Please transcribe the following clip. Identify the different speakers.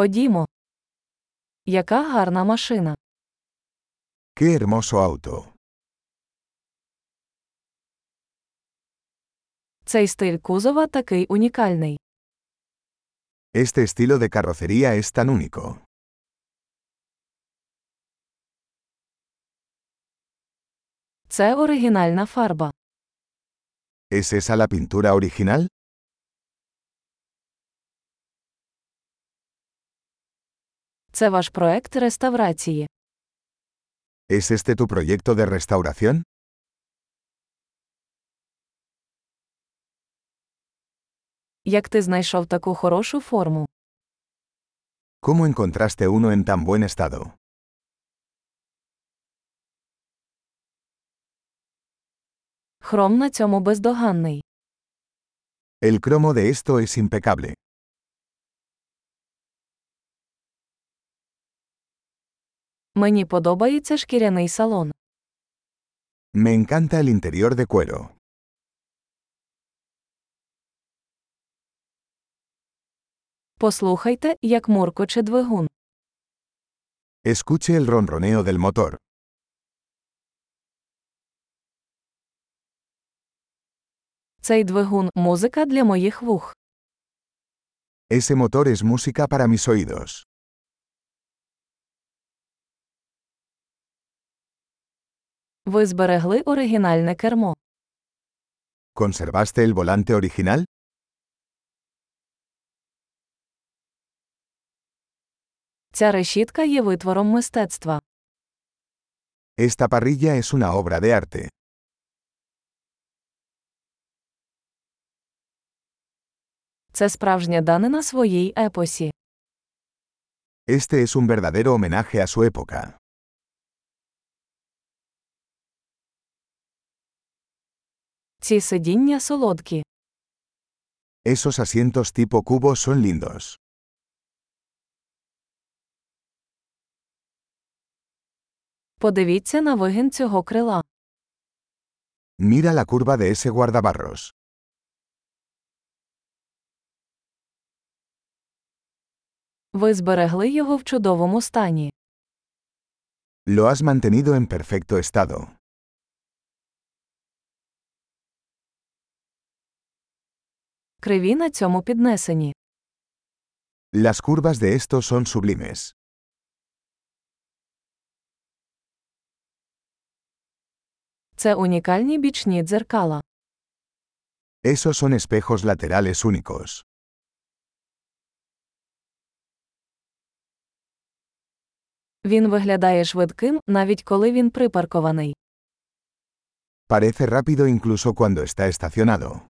Speaker 1: Ходімо. Яка гарна машина.
Speaker 2: ¡Qué hermoso auto!
Speaker 1: Цей стиль кузова такий унікальний.
Speaker 2: Este estilo de carrocería es tan único.
Speaker 1: Це оригінальна фарба.
Speaker 2: ¿Es esa la pintura original?
Speaker 1: Це ваш проект реставрації.
Speaker 2: ¿Es este tu proyecto de restauración?
Speaker 1: Як ти знайшов таку хорошу форму?
Speaker 2: ¿Cómo encontraste uno en tan buen estado?
Speaker 1: Хром на цьому бездоганний.
Speaker 2: El cromo de esto es impecable.
Speaker 1: Мені подобається шкіряний салон.
Speaker 2: Me encanta el interior de cuero.
Speaker 1: Послухайте, як муркоче двигун.
Speaker 2: Escuche el ronroneo del motor.
Speaker 1: Цей двигун музика для моїх вух.
Speaker 2: Ese motor es música para mis oídos.
Speaker 1: Ви зберегли оригінальне кермо.
Speaker 2: ¿Conservaste el volante original?
Speaker 1: Ця решітка є витвором мистецтва.
Speaker 2: Esta parrilla es una obra de arte.
Speaker 1: Це справжня данина своїй епосі.
Speaker 2: Este es un verdadero homenaje a su época.
Speaker 1: Ці сидіння солодкі.
Speaker 2: Esos asientos tipo cubo son lindos.
Speaker 1: Подивіться на вигін цього крила.
Speaker 2: Mira la curva de ese guardabarros.
Speaker 1: Ви зберегли його в чудовому стані.
Speaker 2: Lo has mantenido en perfecto estado.
Speaker 1: Криві на цьому піднесені.
Speaker 2: Las curvas de estos son sublimes.
Speaker 1: Це унікальні бічні дзеркала.
Speaker 2: Esos son espejos laterales únicos.
Speaker 1: Він виглядає швидким, навіть коли він припаркований.
Speaker 2: Parece rápido incluso cuando está estacionado.